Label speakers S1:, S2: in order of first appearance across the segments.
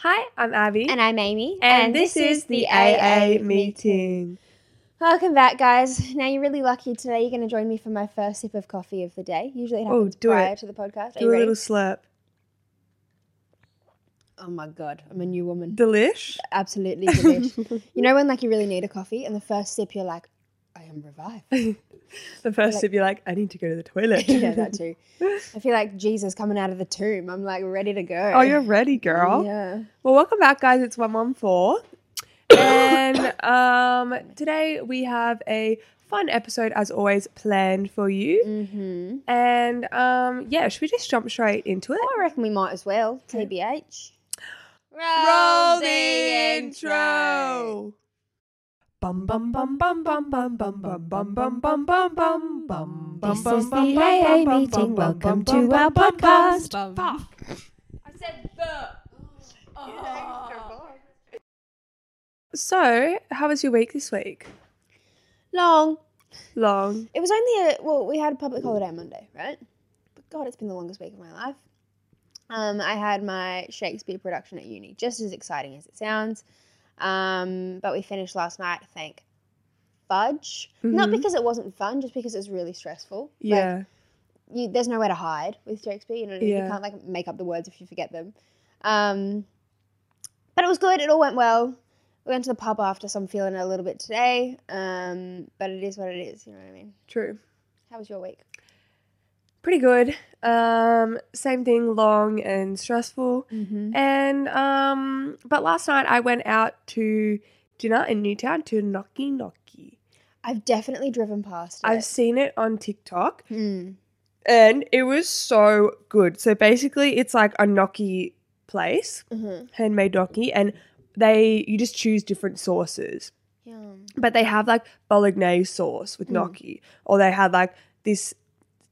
S1: Hi, I'm Abby.
S2: And I'm Amy.
S1: meeting.
S2: Welcome back, guys. Now you're really lucky. Today you're going to join me for my first sip of coffee of the day. Usually it
S1: Oh,
S2: happens
S1: do
S2: prior
S1: it.
S2: to the podcast. Are
S1: Do
S2: you
S1: a
S2: ready?
S1: little slurp.
S2: oh my god, I'm a new woman.
S1: Delish.
S2: Absolutely delish. you know when like you really need a coffee and the first sip you're like, I am revived.
S1: The first
S2: Like-
S1: sip, you're like, I need to go to the toilet.
S2: you know that too. I feel like Jesus coming out of the tomb. I'm like ready to go.
S1: Oh, you're ready, girl.
S2: Yeah.
S1: Well, welcome back, guys. It's 114. And um, today we have a fun episode, as always, planned for you.
S2: Mm-hmm.
S1: And um, yeah, should we just jump straight into it?
S2: I reckon we might as well. TBH.
S1: Roll
S2: Roll
S1: the intro. Bum bum bum bum bum bum bum bum bum bum bum bum bum bum.
S2: This is the AA meeting. Welcome to our podcast.
S1: So, how was your week this week?
S2: Long.
S1: Long.
S2: It was only a well, we had a
S1: Mm.
S2: public holiday on Monday, right? But God, it's been the longest week of my life. Um, I had my Shakespeare production at uni, just as exciting as it sounds. Um, but we finished last night, thank fudge. Not
S1: Mhm.
S2: because it wasn't fun, just because it's really stressful.
S1: Yeah.
S2: Like, you, there's nowhere to hide with Shakespeare. You know, what I mean?
S1: Yeah.
S2: you can't like make up the words if you forget them. Um, but it was good. It all went well. We went to the pub after, so I'm feeling a little bit today. Um, but it is what it is. You know what I mean?
S1: True.
S2: How was your week?
S1: Pretty good. Um, same thing, long and stressful.
S2: Mm-hmm.
S1: And um, but last night I went out to dinner in Newtown to Noki Noki.
S2: I've definitely driven past it.
S1: I've seen it on TikTok.
S2: Mm.
S1: and it was so good. So basically, it's like a gnocchi place,
S2: Mhm.
S1: handmade gnocchi, and they you just choose different sauces.
S2: Yum.
S1: But they have like bolognese sauce with gnocchi, or they had like this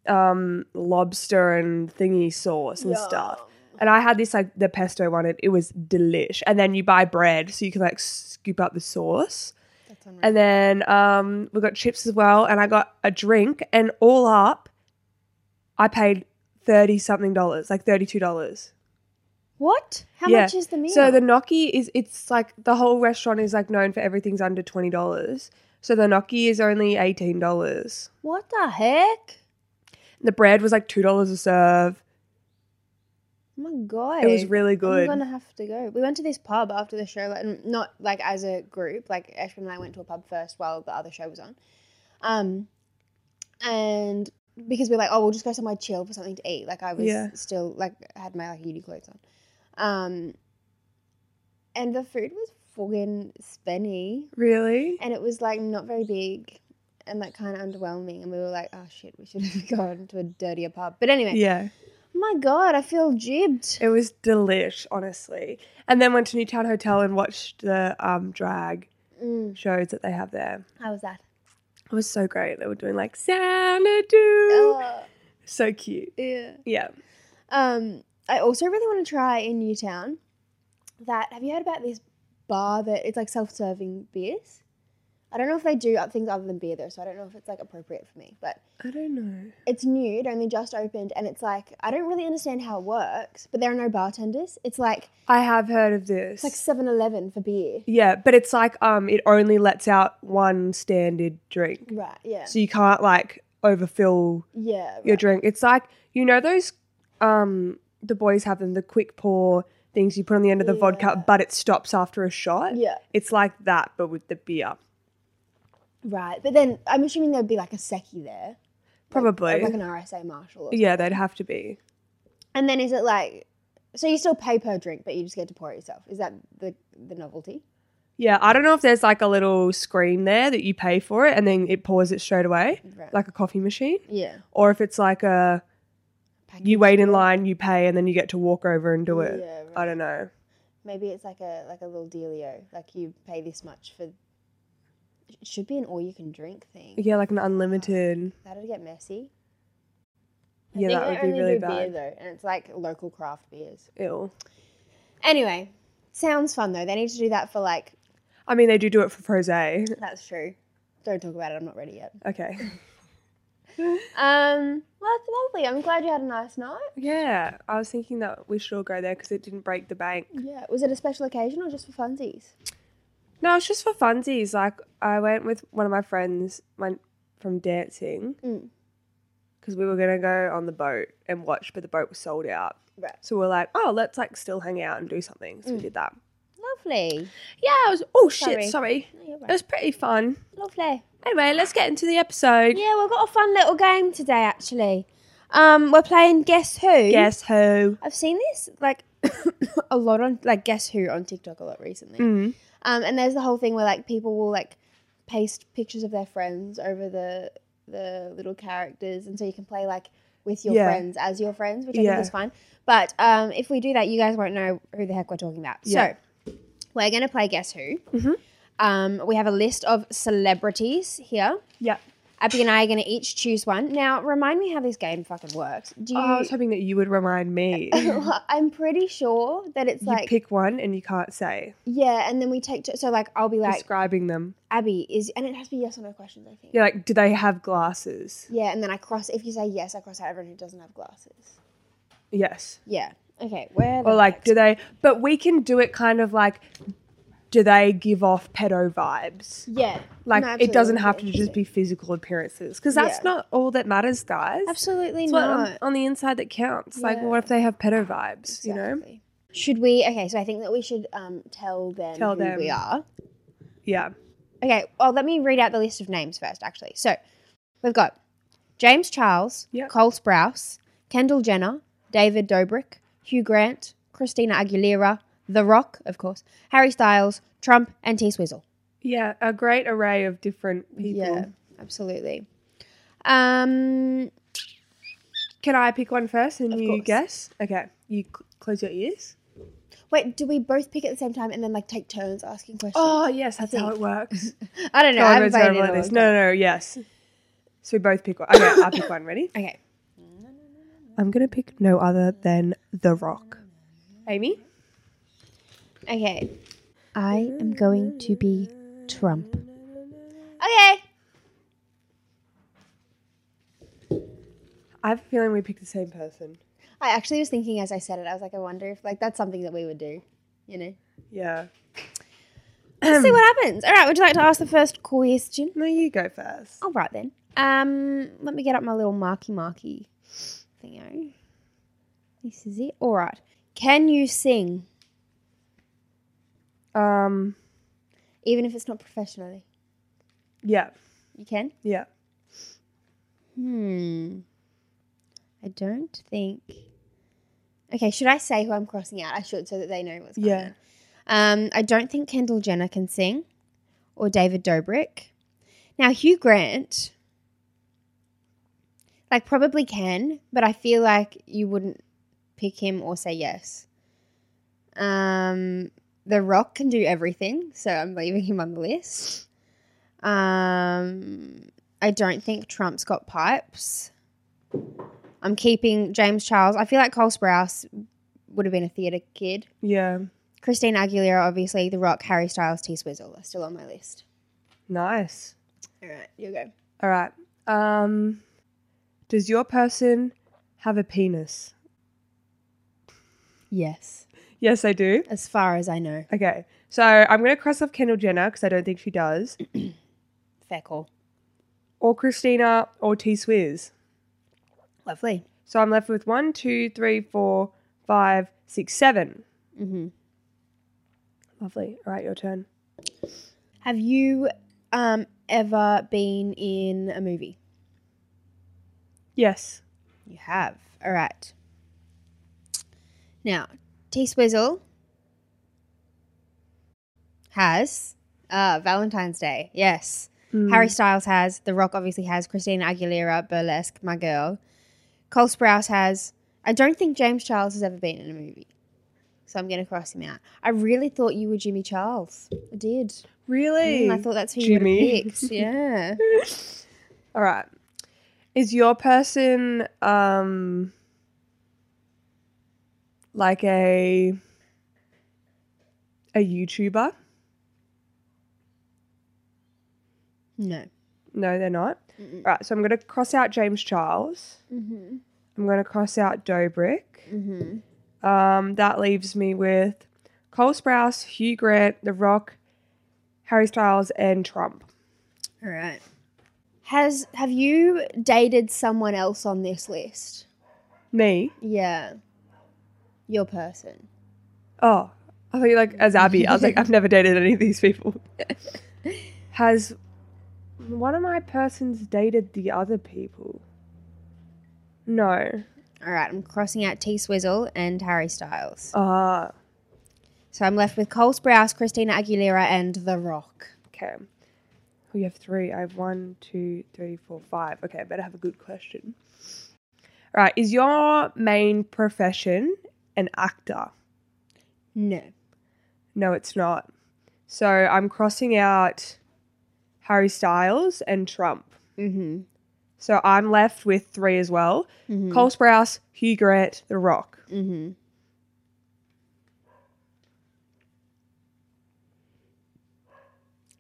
S1: um, lobster and thingy sauce and stuff. And I had this like the pesto one, and it was delish. And then you buy bread, so you can like scoop up the sauce.
S2: That's unreal.
S1: And then um, we got chips as well, and I got a drink, and all up, I paid thirty something dollars, like thirty two dollars.
S2: what? How
S1: Yeah.
S2: much is the meal?
S1: So the gnocchi is it's like the whole restaurant is like known for everything's under twenty dollars. So the gnocchi is only eighteen dollars.
S2: what the heck?
S1: The bread was like two dollars a serve.
S2: Oh my god,
S1: It was really
S2: I'm
S1: good.
S2: gonna have to go. We went to this pub after the show, like n- not like as a group. Like Ashman and I went to a pub first while the other show was on, um, and because we are like, oh, we'll just go somewhere chill for something to eat. Like I was
S1: Yeah.
S2: still like had my like uni clothes on, um, and the food was fucking spenny,
S1: Really?
S2: and it was like not very big. And like kind of underwhelming, and we were like, "Oh shit, we should have gone to a dirtier pub." But anyway,
S1: Yeah.
S2: my god, I feel jibbed.
S1: It was delish, honestly. And then went to Newtown Hotel and watched the um, drag
S2: Mm,
S1: shows that they have there.
S2: how was that?
S1: It was so great. They were doing like Xanadu.
S2: Oh,
S1: So cute.
S2: yeah.
S1: Yeah.
S2: Um, I also really want to try in Newtown. That have you heard about this bar that it's like self-serving beers? I don't know if they do other things other than beer though, so I don't know if it's like appropriate for me. But
S1: I don't know.
S2: it's new, it only just opened, and it's like I don't really understand how it works. But there are no bartenders. It's like
S1: I have heard of this.
S2: it's like 7-Eleven for beer.
S1: yeah, but it's like um it only lets out one standard drink.
S2: Right? Yeah.
S1: So you can't like overfill
S2: yeah.
S1: your
S2: Right.
S1: drink. It's like you know those um the boys have them the quick pour things you put on the end of the vodka but it stops after a shot.
S2: Yeah.
S1: It's like that but with the beer.
S2: Right. But then I'm assuming there'd be like a seki there,
S1: Probably.
S2: like, an RSA Marshall. Or something.
S1: yeah, they'd have to be.
S2: And then is it like, so you still pay per drink, but you just get to pour it yourself? Is that the the novelty?
S1: Yeah, I don't know if there's like a little screen there that you pay for it and then it pours it straight away
S2: Right.
S1: like a coffee machine.
S2: Yeah.
S1: or if it's like a
S2: package
S1: you wait in
S2: deal.
S1: line, you pay, and then you get to walk over and do it.
S2: Yeah, right.
S1: I don't know.
S2: Maybe it's like a like a little dealio. Like you pay this much for. It should be an all you can drink thing.
S1: Yeah, like an unlimited.
S2: That'd get messy.
S1: Yeah,
S2: think
S1: that
S2: they
S1: would be
S2: only
S1: really
S2: do beer,
S1: bad.
S2: though, and it's like local craft beers.
S1: Ew.
S2: Anyway, sounds fun though. They need to do that for like.
S1: I mean, they do do it for Frosé.
S2: That's true. Don't talk about it. I'm not ready yet.
S1: Okay.
S2: Um, well, that's lovely. I'm glad you had a nice night.
S1: Yeah, I was thinking that we should all go there because it didn't break the bank.
S2: Yeah. Was it a special occasion or just for funsies?
S1: No, it's just for funsies. Like I went with one of my friends, went from dancing
S2: Mm.
S1: because we were gonna go on the boat and watch, but the boat was sold out.
S2: Right.
S1: So we are like, oh, let's like still hang out and do something. So we did that.
S2: Lovely.
S1: Mm. Yeah, I was. Oh
S2: Sorry.
S1: shit, sorry.
S2: No, you're
S1: It was pretty fun.
S2: Lovely.
S1: Anyway, let's get into the episode.
S2: Yeah, we've got a fun little game today, actually. Um, we're playing Guess Who.
S1: Guess who?
S2: I've seen this like a lot on like Guess Who on TikTok a lot recently.
S1: Mm.
S2: Um, and there's the whole thing where like people will like paste pictures of their friends over the the little characters, and so you can play like with your
S1: Yeah.
S2: friends as your friends, which I
S1: Yeah.
S2: think is fine. But um, if we do that, you guys won't know who the heck we're talking about.
S1: Yeah.
S2: So we're gonna play Guess Who.
S1: Mhm.
S2: Um, we have a list of celebrities here.
S1: Yeah.
S2: Abby and I are going to each choose one. Now, remind me how this game fucking works. Do you?
S1: Oh, I was hoping that you would remind me. you
S2: I'm pretty sure that it's like
S1: pick one and you can't say.
S2: yeah, and then we take t- so like I'll be like
S1: Describing them.
S2: Abby is, and it has to be yes or no questions. I think.
S1: You're like, do they have glasses?
S2: Yeah, and then I cross. If you say yes, I cross out everyone who doesn't have glasses.
S1: Yes.
S2: Yeah. Okay. Where? the
S1: Or like,
S2: fuck's-
S1: do they? But we can do it kind of like, do they give off pedo vibes?
S2: yeah.
S1: Like,
S2: No,
S1: it doesn't
S2: absolutely,
S1: have to just be
S2: absolutely.
S1: physical appearances because that's
S2: Yeah.
S1: not all that matters, guys.
S2: Absolutely
S1: It's what
S2: not.
S1: on, on the inside that counts. Like,
S2: Yeah.
S1: what if they have pedo vibes? You know?
S2: Exactly. Should we? Okay, so I think that we should um tell them
S1: Tell
S2: who
S1: them.
S2: we are.
S1: Yeah.
S2: Okay, well, let me read out the list of names first, actually. So we've got James Charles,
S1: Yep.
S2: Cole Sprouse, Kendall Jenner, David Dobrik, Hugh Grant, Christina Aguilera, The Rock, of course, Harry Styles, Trump, and T Swizzle.
S1: Yeah. A great array of different people.
S2: Yeah, absolutely. Um,
S1: Can I pick one first and
S2: Of
S1: you
S2: course.
S1: guess? Okay. You cl- close your ears.
S2: wait, do we both pick at the same time and then like take turns asking questions?
S1: Oh, yes. That's how
S2: think.
S1: it works.
S2: I don't know.
S1: Go on,
S2: I haven't
S1: let's go
S2: played it
S1: over
S2: in a
S1: this.
S2: long
S1: No, no, no. Yes. So we both pick one. Okay. I'll pick one. Ready?
S2: time. Okay.
S1: I'm gonna pick no other than The Rock. Amy?
S2: Okay. I am going to be Trump. Okay.
S1: I have a feeling we picked the same person.
S2: I actually was thinking as I said it, I was like, I wonder if like that's something that we would do, you know.
S1: Yeah.
S2: Let's see what happens. All right, would you like to ask the first question?
S1: No, you go first.
S2: All right then. Um, let me get up my little marky marky thingo. This is it. All right. Can you sing,
S1: Um.
S2: even if it's not professionally?
S1: Yeah.
S2: You can.
S1: Yeah.
S2: Hmm. I don't think. Okay, should I say who I'm crossing out? I should, so that they know what's going
S1: Yeah.
S2: on. Um, I don't think Kendall Jenner can sing, or David Dobrik. Now Hugh Grant, like probably can, but I feel like you wouldn't pick him or say yes. Um, The Rock can do everything, so I'm leaving him on the list. Um, I don't think Trump's got pipes. I'm keeping James Charles. I feel like Cole Sprouse would have been a theatre kid.
S1: Yeah.
S2: Christine Aguilera, obviously. The Rock, Harry Styles, T Swizzle are still on my list.
S1: Nice.
S2: All right, you go.
S1: All right. Um. Does your person have a penis?
S2: Yes,
S1: Yes, I do.
S2: as far as I know.
S1: Okay. So I'm gonna cross off Kendall Jenner because I don't think she does,
S2: Fair call.
S1: or Christina, or T Swizz.
S2: Lovely.
S1: So I'm left with one, two, three, four, five, six, seven.
S2: Mm-hmm.
S1: Lovely. All right, your turn.
S2: Have you um, ever been in a movie?
S1: Yes.
S2: You have. All right. Now, T Swizzle has uh, Valentine's Day. Yes. Harry Styles has. The Rock obviously has. Christina Aguilera, Burlesque, my girl. Cole Sprouse has. I don't think James Charles has ever been in a movie. So I'm going to cross him out. I really thought you were Jimmy Charles. I did.
S1: Really?
S2: Mm, I thought that's who you would
S1: Jimmy.
S2: have picked. Yeah.
S1: All right. Is your person um like a a YouTuber?
S2: no.
S1: No, they're not. All right, so I'm going to cross out James Charles.
S2: Mm-hmm.
S1: I'm going to cross out Dobrik.
S2: Mm-hmm.
S1: Um, that leaves me with Cole Sprouse, Hugh Grant, The Rock, Harry Styles, and Trump.
S2: All right. Has have you dated someone else on this list?
S1: Me?
S2: Yeah. Your person.
S1: Oh, I thought you like as Abby. I was like, I've never dated any of these people. Has one of my persons dated the other people? No.
S2: All right, I'm crossing out T Swizzle and Harry Styles.
S1: Ah,
S2: So I'm left with Cole Sprouse, Christina Aguilera, and The Rock.
S1: okay. We have three. I have one, two, three, four, five. Okay, I better have a good question. All right, is your main profession an actor?
S2: No.
S1: No, it's not. So I'm crossing out Harry Styles and Trump.
S2: Mm-hmm.
S1: So I'm left with three as well Cole Sprouse, Hugh Grant, The Rock.
S2: Mm-hmm.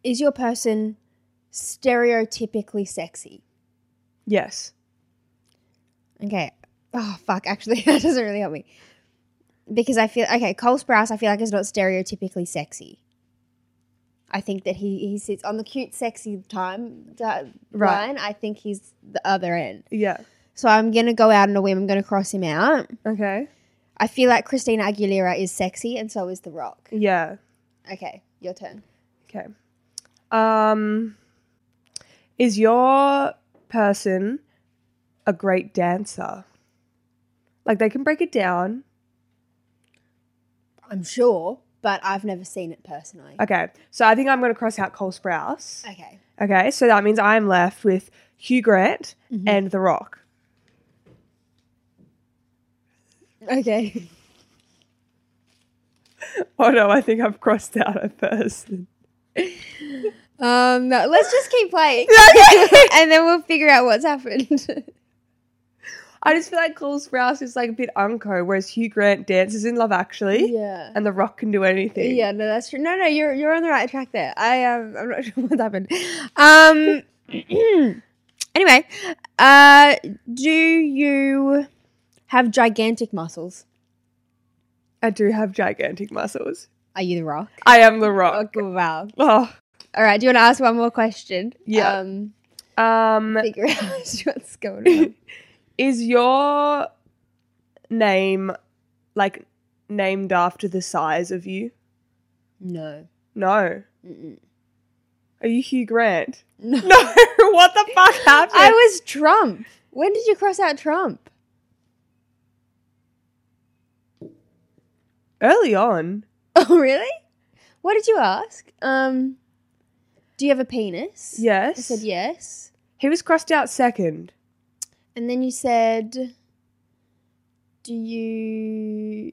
S2: Is your person stereotypically sexy?
S1: Yes.
S2: Okay. Oh fuck, actually that doesn't really help me. Because I feel okay, Cole Sprouse I feel like is not stereotypically sexy. I think that he, he sits on the cute sexy time uh,
S1: Right.
S2: line. I think he's the other end.
S1: Yeah.
S2: So I'm gonna go out on a whim, I'm gonna cross him out.
S1: Okay.
S2: I feel like Christina Aguilera is sexy and so is The Rock.
S1: Yeah.
S2: Okay, your turn.
S1: Okay. Um, is your person a great dancer? Like they can break it down.
S2: I'm sure, but I've never seen it personally.
S1: Okay. So I think I'm going to cross out Cole Sprouse.
S2: Okay.
S1: Okay. So that means I'm left with Hugh Grant and The Rock.
S2: Okay.
S1: Oh no, I think I've crossed out a person.
S2: Um, no, let's just keep playing. and then we'll figure out what's happened.
S1: I just feel like Cole Sprouse is like a bit unco, whereas Hugh Grant dances in Love Actually,
S2: Yeah.
S1: and The Rock can do anything.
S2: Yeah, no, that's true. No, no, you're you're on the right track there. I um, I'm not sure what happened. Um, anyway, uh, do you have gigantic muscles?
S1: I do have gigantic muscles.
S2: Are you the Rock?
S1: I am The Rock.
S2: Okay, wow.
S1: Oh,
S2: All right. Do you want to ask one more question?
S1: Yeah.
S2: Um,
S1: um,
S2: figure out what's going on.
S1: is your name like named after the size of you?
S2: no.
S1: No.
S2: Mm-mm.
S1: Are you Hugh Grant?
S2: No.
S1: No. what the fuck happened?
S2: I was Trump. When did you cross out Trump?
S1: Early on.
S2: Oh, really? What did you ask? Um, do you have a penis?
S1: Yes.
S2: I said yes.
S1: He was crossed out second.
S2: And then you said, do you.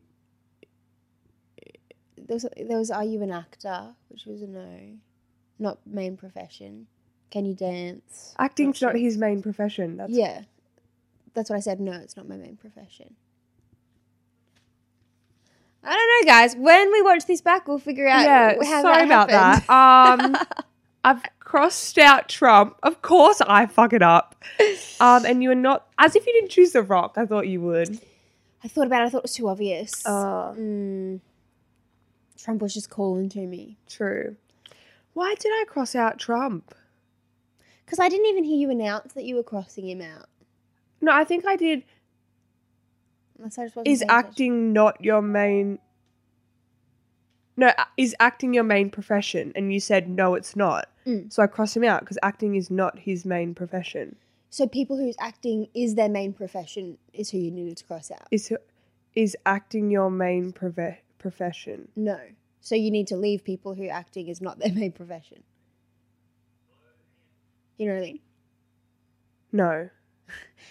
S2: There was, there was Are You an Actor? Which was a no. Not main profession. Can you dance?
S1: Acting's
S2: Not
S1: not
S2: sure.
S1: his main profession. That's
S2: yeah. That's what I said. No, it's not my main profession. I don't know, guys. When we watch this back, we'll figure out.
S1: yeah,
S2: wh- how
S1: sorry about
S2: happened.
S1: that. Um, I've crossed out Trump. Of course, I fuck it up. Um, and you're not as if you didn't choose The Rock. I thought you would.
S2: I thought about it. I thought it was too obvious.
S1: Oh,
S2: Mm. Trump was just calling to me
S1: true. Why did I cross out Trump?
S2: because I didn't even hear you announce that you were crossing him out.
S1: No, I think I did.
S2: Unless I just wasn't
S1: Is
S2: paying attention.
S1: acting not your main? No, a- is acting your main profession? And you said no, it's not.
S2: Mm.
S1: So I crossed him out because acting is not his main profession.
S2: So people whose acting is their main profession is who you needed to cross out.
S1: Is is acting your main prove- profession?
S2: No. So you need to leave people who acting is not their main profession. You know what I mean?
S1: No.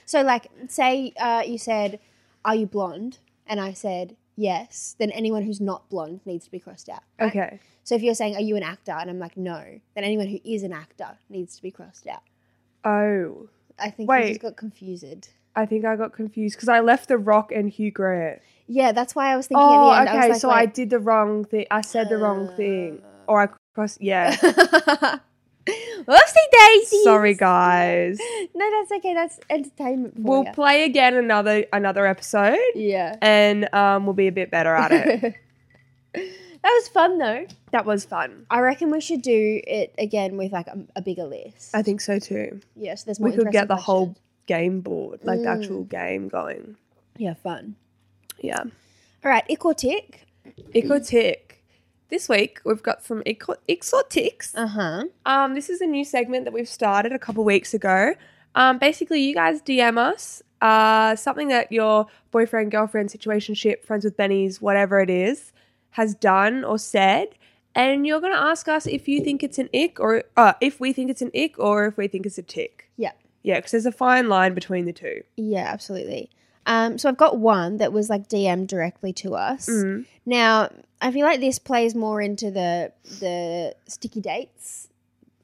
S2: So, like, say uh, you said, Are you blonde? And I said, Yes. Then anyone who's not blonde needs to be crossed out. right?
S1: Okay.
S2: So if you're saying, Are you an actor? And I'm like, No. Then anyone who is an actor needs to be crossed out.
S1: Oh,
S2: I think you
S1: Wait.
S2: just got confused.
S1: I think I got confused because I left The Rock and Hugh Grant.
S2: Yeah, that's why I was thinking
S1: Oh,
S2: at the end.
S1: okay.
S2: I was
S1: so I
S2: like, Uh.
S1: did the wrong thing. I said the wrong thing, or I crossed. Yeah.
S2: I. Whoopsie daisy.
S1: Sorry, guys.
S2: No, that's okay. That's entertainment. For
S1: We'll
S2: ya.
S1: play again another another episode,
S2: yeah.
S1: and um, we'll be a bit better at it.
S2: that was fun though.
S1: that was fun.
S2: I reckon we should do it again with like a, a bigger list.
S1: I think so too.
S2: yeah, so there's more.
S1: Uh, We could get
S2: interesting
S1: the whole
S2: questions.
S1: game board, like the actual game going.
S2: Yeah, fun.
S1: Yeah.
S2: All right, Iquatic.
S1: Ecotic. This week we've got some eco- exotics.
S2: Uh huh.
S1: Um, this is a new segment that we've started a couple weeks ago. Um, basically, you guys DM us uh, something that your boyfriend, girlfriend, situationship, friends with bennies, whatever it is, has done or said, and you're gonna ask us if you think it's an ick or uh, if we think it's an ick or if we think it's a tick.
S2: Yeah.
S1: Yeah, because there's a fine line between the two.
S2: Yeah, absolutely. Um, so I've got one that was like DM directly to us.
S1: Mm.
S2: Now I feel like this plays more into the the sticky dates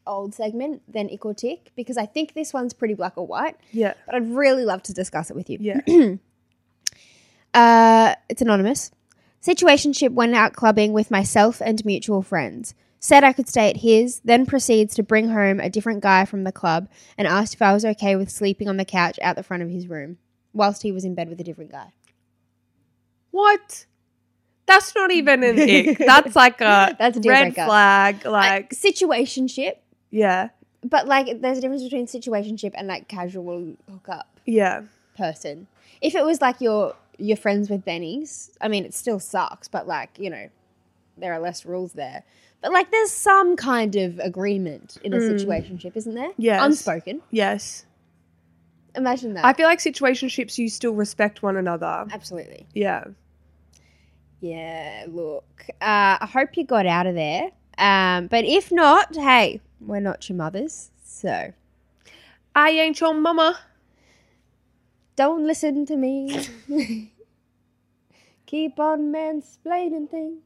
S2: old segment than Iquatic because I think this one's pretty black or white.
S1: Yeah,
S2: but I'd really love to discuss it with you.
S1: yeah.
S2: Uh, it's anonymous. Situationship went out clubbing with myself and mutual friends. Said I could stay at his, then proceeds to bring home a different guy from the club and asked if I was okay with sleeping on the couch out the front of his room whilst he was in bed with a different guy.
S1: what? That's not even an ick. That's like a
S2: That's a deal
S1: red
S2: breaker.
S1: flag. Like,
S2: Like situationship,
S1: yeah,
S2: but like there's a difference between situationship and like casual hookup
S1: yeah.
S2: person. If it was like your your friends with bennies, I mean it still sucks, but like, you know, there are less rules there. But like there's some kind of agreement in a situationship, isn't there?
S1: Mm. Yes.
S2: Unspoken.
S1: Yes.
S2: Imagine that.
S1: I feel like situationships you still respect one another.
S2: Absolutely.
S1: Yeah.
S2: Yeah, look. Uh, I hope you got out of there. Um, but if not, hey, we're not your mothers, so
S1: I ain't your mama.
S2: don't listen to me. Keep on mansplaining things.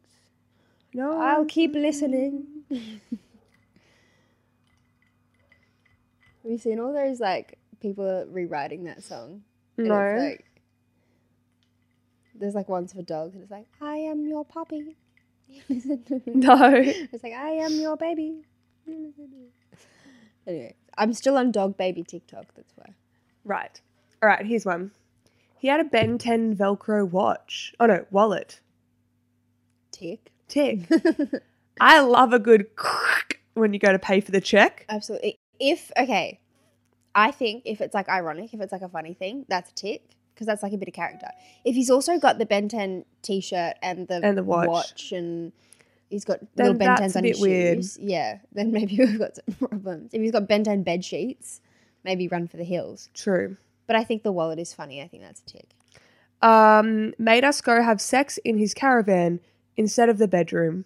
S1: No.
S2: I'll keep listening. Have you seen all those like people rewriting that song? And it's,
S1: No.
S2: like, there's like ones for dogs, and it's like, I am your puppy. You listen to me.
S1: no.
S2: It's like, I am your baby. You listen to me. Anyway, I'm still on dog baby TikTok. That's why.
S1: Right. All right, here's one. He had a Ben 10 Velcro watch. Oh no, wallet.
S2: Tick.
S1: Tick. I love a good when you go to pay for the check.
S2: Absolutely. If okay, I think if it's like ironic, if it's like a funny thing, that's a tick because that's like a bit of character. If he's also got the Ben 10 t-shirt and the
S1: And the watch.
S2: and he's got
S1: Then
S2: little Ben
S1: that's
S2: 10s
S1: a
S2: on
S1: bit
S2: his
S1: weird.
S2: shoes, yeah, then maybe we've got some problems. If he's got Ben 10 bed sheets, maybe run for the hills.
S1: True.
S2: But I think the wallet is funny. I think that's a tick.
S1: Um, made us go have sex in his caravan instead of the bedroom.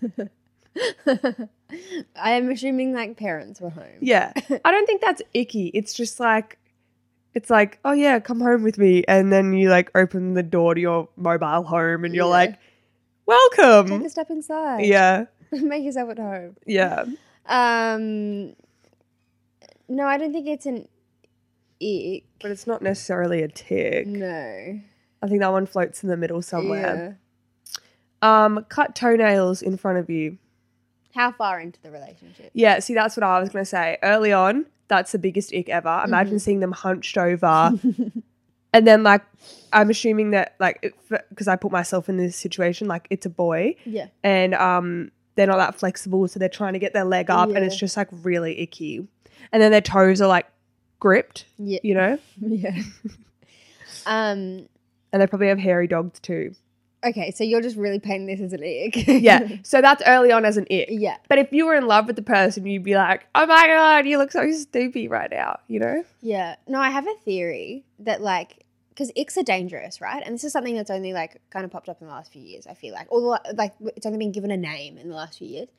S2: I am assuming like parents were home.
S1: Yeah. I don't think that's icky. It's just like it's like, oh yeah, come home with me. And then you like open the door to your mobile home and you're
S2: Yeah.
S1: like,
S2: Take
S1: Welcome.
S2: a step inside.
S1: Yeah.
S2: Make yourself at home.
S1: Yeah.
S2: Um, no, I don't think it's an ick.
S1: But it's not necessarily a tick.
S2: No.
S1: I think that one floats in the middle somewhere.
S2: Yeah.
S1: Um, cut toenails in front of you.
S2: How far into the relationship?
S1: Yeah, see that's what I was gonna say. Early on, that's the biggest ick ever.
S2: Mm-hmm.
S1: Imagine seeing them hunched over. And then, like, I'm assuming that, like, because I put myself in this situation, like, it's a boy.
S2: Yeah.
S1: and um, they're not that flexible, so they're trying to get their leg up,
S2: Yeah.
S1: and it's just like really icky. And then their toes are like gripped,
S2: Yeah.
S1: you know,
S2: Yeah. um.
S1: and they probably have hairy dogs too.
S2: Okay, so you're just really painting this as an ick.
S1: Yeah, so that's early on as an ick.
S2: yeah.
S1: But if you were in love with the person, you'd be like, "Oh my god, you look so stoopy right now," you know?
S2: Yeah. No, I have a theory that like because icks are dangerous, right? And this is something that's only like kind of popped up in the last few years. I feel like, or li- like it's only been given a name in the last few years.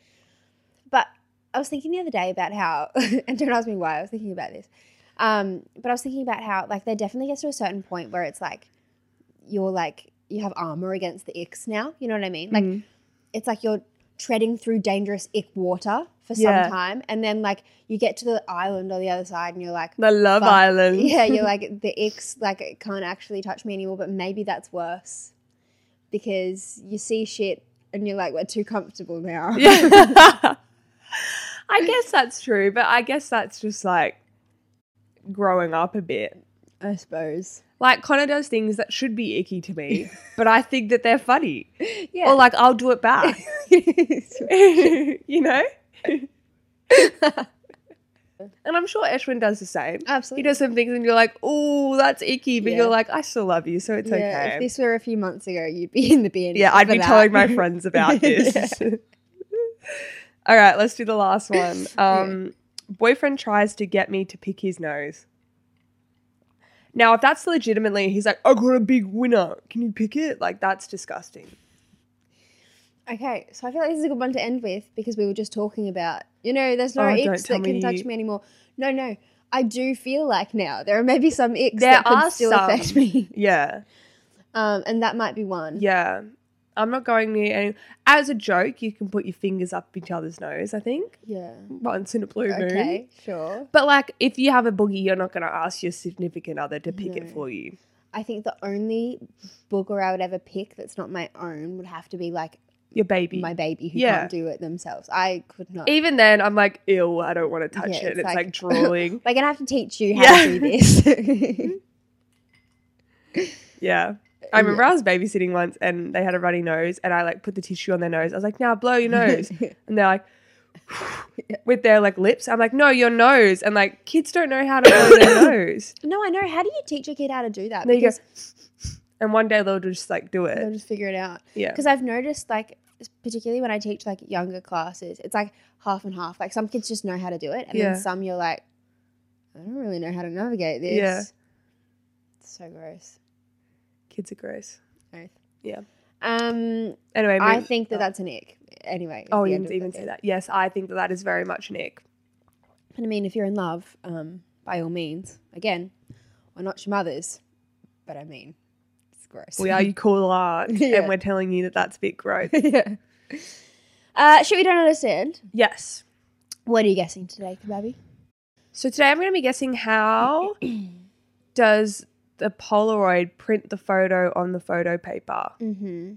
S2: But I was thinking the other day about how, and don't ask me why. I was thinking about this Um, but I was thinking about how like there definitely gets to a certain point where it's like you're like you have armor against the icks now. You know what I mean? Like it's like you're treading through dangerous ick water for some
S1: Yeah.
S2: time, and then like you get to the island or the other side, and you're like,
S1: The Love
S2: Fuck.
S1: Island.
S2: yeah, you're like the icks like it can't actually touch me anymore, but maybe that's worse because you see shit and you're like we're too comfortable now.
S1: Yeah. I guess that's true, but I guess that's just like growing up a bit.
S2: I suppose.
S1: Like Connor does things that should be icky to me, but I think that they're funny.
S2: Yeah.
S1: Or like I'll do it back. you know? and I'm sure Eshwin does the same.
S2: Absolutely.
S1: He does some things and you're like, oh, that's icky, but
S2: Yeah.
S1: you're like, I still love you, so it's
S2: Yeah,
S1: okay.
S2: If this were a few months ago, you'd be in the BN.
S1: yeah, I'd be telling my friends about this. All right, let's do the last one. Um, boyfriend tries to get me to pick his nose. Now, if that's legitimately, he's like, I got a big winner. Can you pick it? Like, that's disgusting.
S2: Okay, so I feel like this is a good one to end with because we were just talking about, you know, there's no
S1: Oh, don't
S2: icks
S1: tell
S2: that can
S1: me
S2: touch
S1: you-
S2: me anymore. No, no. I do feel like now there are maybe some icks
S1: There
S2: that
S1: are
S2: could still
S1: some.
S2: affect me.
S1: Yeah.
S2: Um, and that might be one.
S1: Yeah. I'm not going near any. As a joke, you can put your fingers up each other's nose, I think,
S2: Yeah.
S1: once in a blue moon.
S2: Okay, sure.
S1: But, like, if you have a boogie, you're not going to ask your significant other to pick it for you.
S2: I think the only booger I would ever pick that's not my own would have to be like
S1: Your baby.
S2: my baby who
S1: Yeah. E
S2: can't do it themselves. I could not.
S1: Even then, I'm like, ew, I don't want to touch
S2: Yeah,
S1: it.
S2: it's
S1: It's, like,
S2: like-
S1: drooling.
S2: We're gonna have to teach you how to do this.
S1: Mm-hmm. yeah. I remember I was babysitting once and they had a runny nose and I like put the tissue on their nose. I was like, now blow your nose. and they're like, with their like lips. I'm like, no, your nose. And like, kids don't know how to blow their nose.
S2: no, I know. How do you teach a kid how to do that?
S1: And then you go,
S2: Because
S1: and one day they'll just like do
S2: they'll
S1: it.
S2: just figure it out.
S1: Yeah.
S2: Because I've noticed, like, particularly when I teach like younger classes, it's like half and half. Like some kids just know how to do it, and
S1: Yeah.
S2: then some you're like, I don't really know how to navigate this.
S1: Yeah.
S2: It's so gross.
S1: Kids are gross.
S2: Oath.
S1: Yeah.
S2: Um,
S1: Anyway,
S2: I
S1: move-
S2: think that that's an ick. Anyway.
S1: Oh,
S2: the
S1: you didn't
S2: end of the
S1: even
S2: thing.
S1: say that. Yes, I think that that is very much an ick.
S2: And I mean, if you're in love, um, by all means, again, we're not your mothers, but I mean, it's gross.
S1: We are you cool art,
S2: Yeah.
S1: and we're telling you that that's big growth.
S2: yeah. Uh, shit, we don't understand.
S1: yes,
S2: What are you guessing today, Kababi?
S1: So today I'm going to be guessing how does the Polaroid print the photo on the photo paper?
S2: Mm-hmm.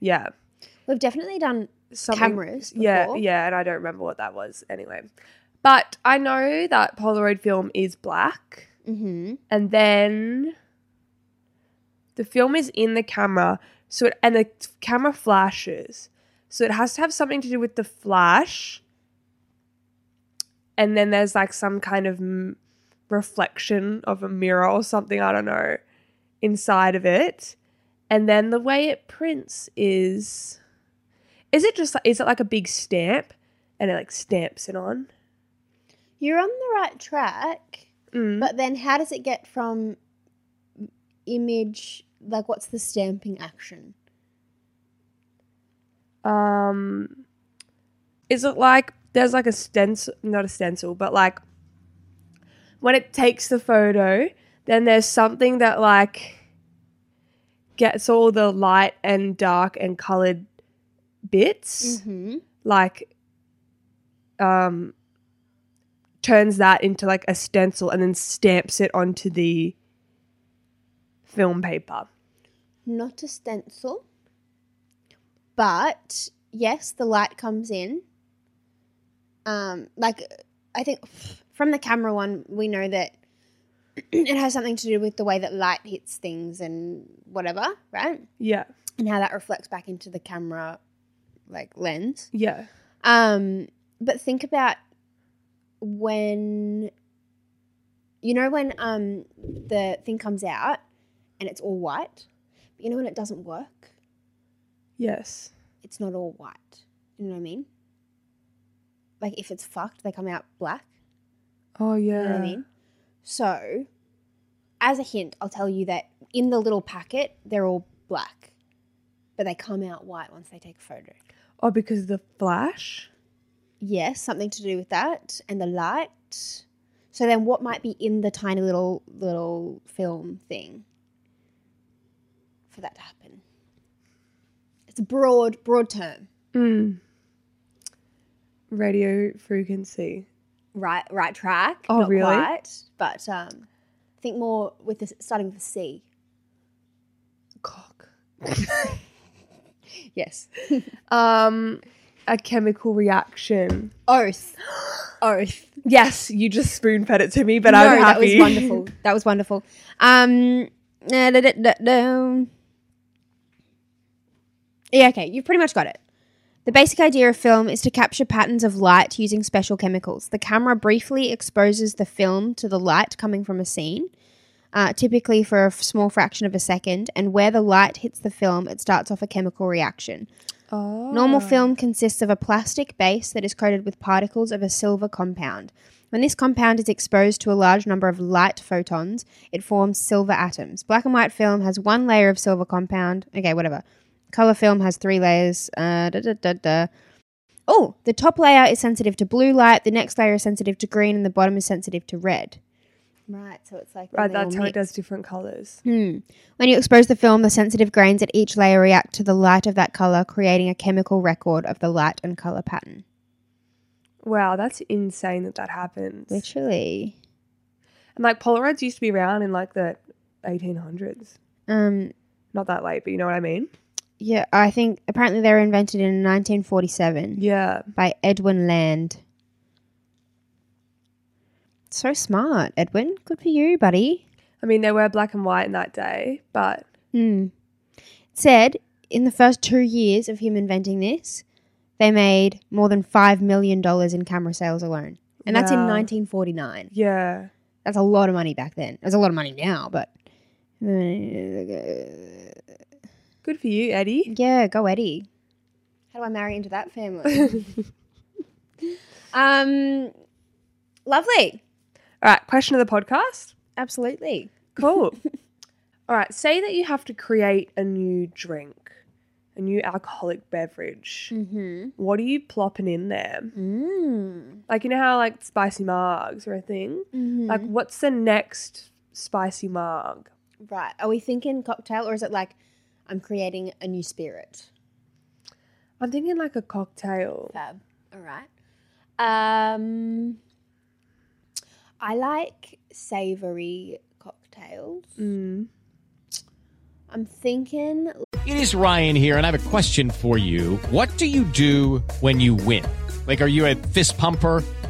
S1: Yeah.
S2: We've definitely done
S1: Something-
S2: cameras. Before.
S1: Yeah, yeah, and I don't remember what that was anyway. But I know that Polaroid film is black
S2: Mm-hmm.
S1: and then the film is in the camera so it, and the camera flashes so it has to have something to do with the flash and then there's like some kind of m- reflection of a mirror or something i don't know inside of it and then the way it prints is is it just like is it like a big stamp and it like stamps it on
S2: You're on the right track,
S1: Mm.
S2: but then how does it get from image? Like, what's the stamping action?
S1: um is it like there's like a stencil not a stencil but like when it takes the photo then there's something that like gets all the light and dark and colored bits
S2: Mm-hmm.
S1: like um turns that into like a stencil and then stamps it onto the film paper
S2: Not a stencil, but yes, the light comes in. Um, like I think from the camera one, we know that it has something to do with the way that light hits things and whatever, right?
S1: yeah
S2: and how that reflects back into the camera like lens.
S1: yeah
S2: Um but think about when you know when um the thing comes out and it's all white, but you know when it doesn't work,
S1: yes
S2: it's not all white. You know what I mean? Like if it's fucked, they come out black.
S1: oh yeah
S2: You know what I mean? So, as a hint, I'll tell you that in the little packet, they're all black, but they come out white once they take a photo.
S1: oh because of the flash
S2: Yes, something to do with that and the light. So then, what might be in the tiny little little film thing for that to happen? It's a broad broad term.
S1: Mm. Radio frequency.
S2: Right right track.
S1: Oh,
S2: not
S1: really?
S2: Quite, but um, think more with this starting with a C.
S1: Cock.
S2: Yes.
S1: Um, a chemical reaction.
S2: Oath. Oath.
S1: Yes, you just spoon fed it to me, but I'm
S2: No,
S1: happy.
S2: That was wonderful. That was wonderful. Um, uh, da- da- da- da. Yeah, okay, you've pretty much got it. The basic idea of film is to capture patterns of light using special chemicals. The camera briefly exposes the film to the light coming from a scene, uh, typically for a f- small fraction of a second, and where the light hits the film, it starts off a chemical reaction.
S1: Oh.
S2: Normal film consists of a plastic base that is coated with particles of a silver compound. When this compound is exposed to a large number of light photons, it forms silver atoms. Black and white film has one layer of silver compound. Okay, whatever. Color film has three layers. Uh, da, da, da, da. Oh, the top layer is sensitive to blue light, the next layer is sensitive to green, and the bottom is sensitive to red. Right, so it's like
S1: Right, that's how it does different colors.
S2: Hmm. When you expose the film, the sensitive grains at each layer react to the light of that color, creating a chemical record of the light and color pattern.
S1: Wow, that's insane that that happens.
S2: Literally.
S1: and like Polaroids used to be around in like the 1800s.
S2: Um,
S1: Not that late, but you know what I mean?
S2: yeah, I think apparently they were invented in 1947
S1: Yeah.
S2: by Edwin Land. So smart, Edwin. Good for you, buddy.
S1: I mean, they were black and white in that day, but
S2: Hmm. It said in the first two years of him inventing this, they made more than $5 million in camera sales alone. And that's in
S1: Wow.
S2: 1949.
S1: yeah.
S2: That's a lot of money back then. There's a lot of money now, but Mm. yeah,
S1: Good for you, Eddie.
S2: go Eddie. How do I marry into that family? um, lovely.
S1: All right, question of the podcast.
S2: Absolutely.
S1: Cool. All right, say that you have to create a new drink, a new alcoholic beverage.
S2: Mm-hmm.
S1: What are you plopping in there?
S2: Mm.
S1: Like, you know how like spicy margs are a thing?
S2: hmm
S1: Like, what's the next spicy marg?
S2: right. Are we thinking cocktail, or is it like I'm creating a new spirit?
S1: I'm thinking like a cocktail.
S2: Fab. All right. Um, I like savory cocktails.
S1: Mm.
S2: I'm thinking
S3: It is Ryan here, and I have a question for you. What do you do when you win? Like, are you a fist pumper?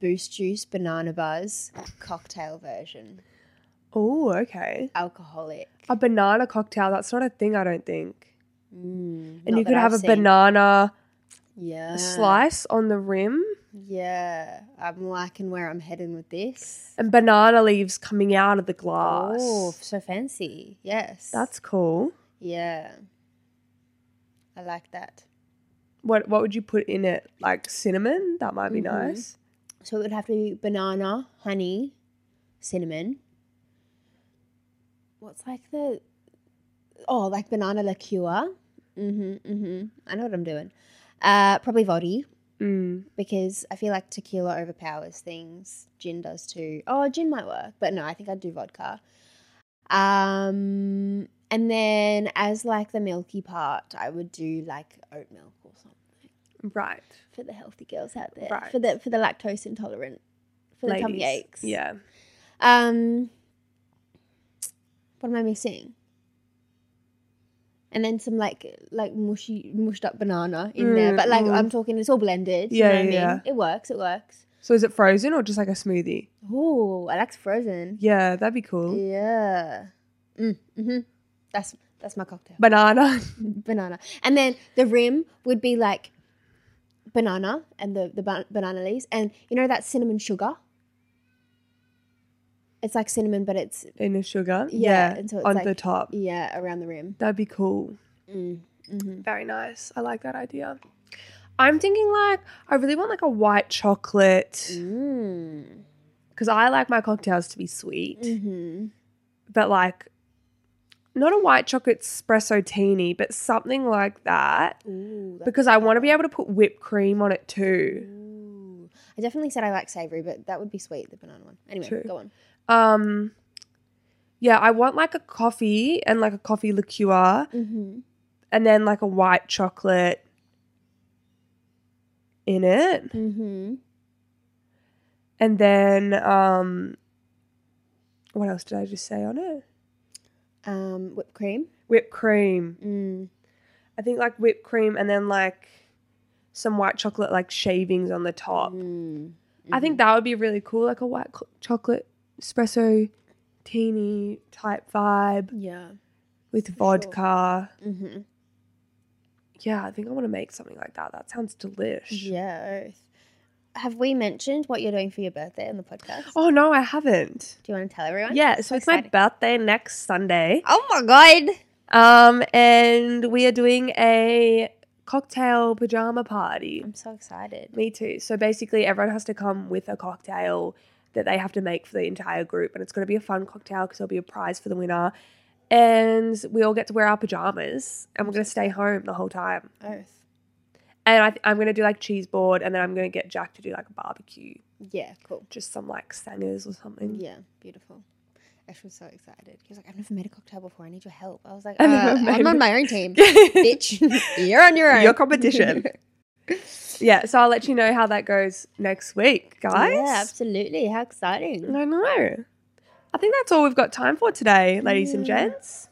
S2: boost juice banana buzz cocktail version
S1: Oh, okay.
S2: alcoholic
S1: A banana cocktail, that's not a thing, I don't think.
S2: mm,
S1: And you could have a banana
S2: yeah
S1: slice on the rim
S2: yeah i'm liking where i'm heading with this
S1: and banana leaves coming out of the glass.
S2: oh so fancy yes
S1: That's cool.
S2: yeah i like that
S1: What what would you put in it? Like cinnamon? That might be
S2: Mhm.
S1: nice.
S2: so it would have to be banana honey cinnamon what's like the oh like banana liqueur mm-hmm mm-hmm i know what i'm doing uh probably vodka
S1: Mm.
S2: because i feel like tequila overpowers things gin does too oh gin might work but no i think i'd do vodka um and then as like the milky part i would do like oat milk or something
S1: Right.
S2: for the healthy girls out there
S1: Right.
S2: for the for the lactose intolerant for the tummy
S1: Ladies.
S2: aches
S1: Yeah.
S2: um what am i missing and then some like like mushy mushed up banana in there
S1: Mm,
S2: but like
S1: mm.
S2: i'm talking it's all blended
S1: Yeah,
S2: you know what i mean
S1: yeah,
S2: it works it works
S1: So is it frozen or just like a smoothie?
S2: oh i like frozen
S1: Yeah, that'd be cool.
S2: yeah mm, hmm that's that's my cocktail
S1: Banana.
S2: banana. And then the rim would be like banana and the, the ba- banana leaves. And you know that cinnamon sugar? It's like cinnamon, but it's
S1: in a sugar.
S2: Yeah, and so it's
S1: on
S2: like-
S1: the top.
S2: yeah around the rim.
S1: That'd be cool.
S2: Mm. hmm
S1: Very nice. I like that idea. I'm thinking like I really want like a white chocolate
S2: Mm.
S1: because I like my cocktails to be sweet,
S2: hmm
S1: but like not a white chocolate espresso teeny, but something like that
S2: Ooh, that's
S1: because I want to be able to put whipped cream on it too.
S2: Ooh. I definitely said I like savory, but that would be sweet, the banana one. Anyway,
S1: True.
S2: go on.
S1: Um, yeah, I want like a coffee and like a coffee liqueur
S2: Mm-hmm.
S1: and then like a white chocolate in it.
S2: Mm-hmm.
S1: And then um what else did I just say on it?
S2: Um, whipped cream.
S1: Whipped cream.
S2: Mm.
S1: I think like whipped cream and then like some white chocolate like shavings on the top.
S2: Mm.
S1: I think that would be really cool like a white co- chocolate espresso teeny type vibe
S2: Yeah.
S1: with
S2: sure.
S1: vodka.
S2: Mm-hmm.
S1: Yeah, I think I want to make something like that. That sounds delish.
S2: Yeah. oath. Have we mentioned what you're doing for your birthday on the podcast?
S1: Oh no, I haven't.
S2: Do you want to tell everyone?
S1: Yeah, so, it's my
S2: exciting.
S1: birthday next Sunday.
S2: Oh my god.
S1: Um, and we are doing a cocktail pajama party.
S2: I'm so excited.
S1: Me too. So basically, everyone has to come with a cocktail that they have to make for the entire group, and it's going to be a fun cocktail because there'll be a prize for the winner. And we all get to wear our pajamas, and we're going to stay home the whole time.
S2: Oath.
S1: And I th- I'm going to do like cheese board, and then I'm going to get Jack to do like a barbecue,
S2: Yeah, cool.
S1: just some like sangers or something.
S2: Yeah, beautiful. Ash was so excited. He was like, I've never made a cocktail before. I need your help. I was like, uh,
S1: I've never made
S2: I'm on
S1: it."
S2: my own team. Bitch, you're on your own.
S1: Your competition. yeah. So I'll let you know how that goes next week, guys.
S2: Yeah, absolutely. How exciting.
S1: I know. I think that's all we've got time for today, ladies and
S2: Yeah.
S1: gents.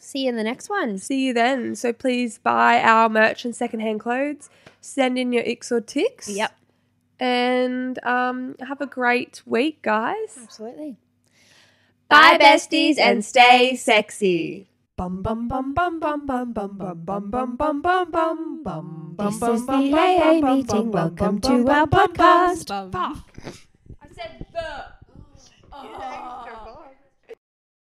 S2: See you in the next one.
S1: See you then. So please buy our merch and secondhand clothes. Send in your icks or ticks.
S2: Yep,
S1: And um, have a great week, guys.
S2: absolutely.
S1: Bye, besties, and
S2: stay sexy.
S1: Bum bum bum bum bum bum bum bum bum bum bum bum bum bum
S4: This is the AA meeting. Welcome to our podcast.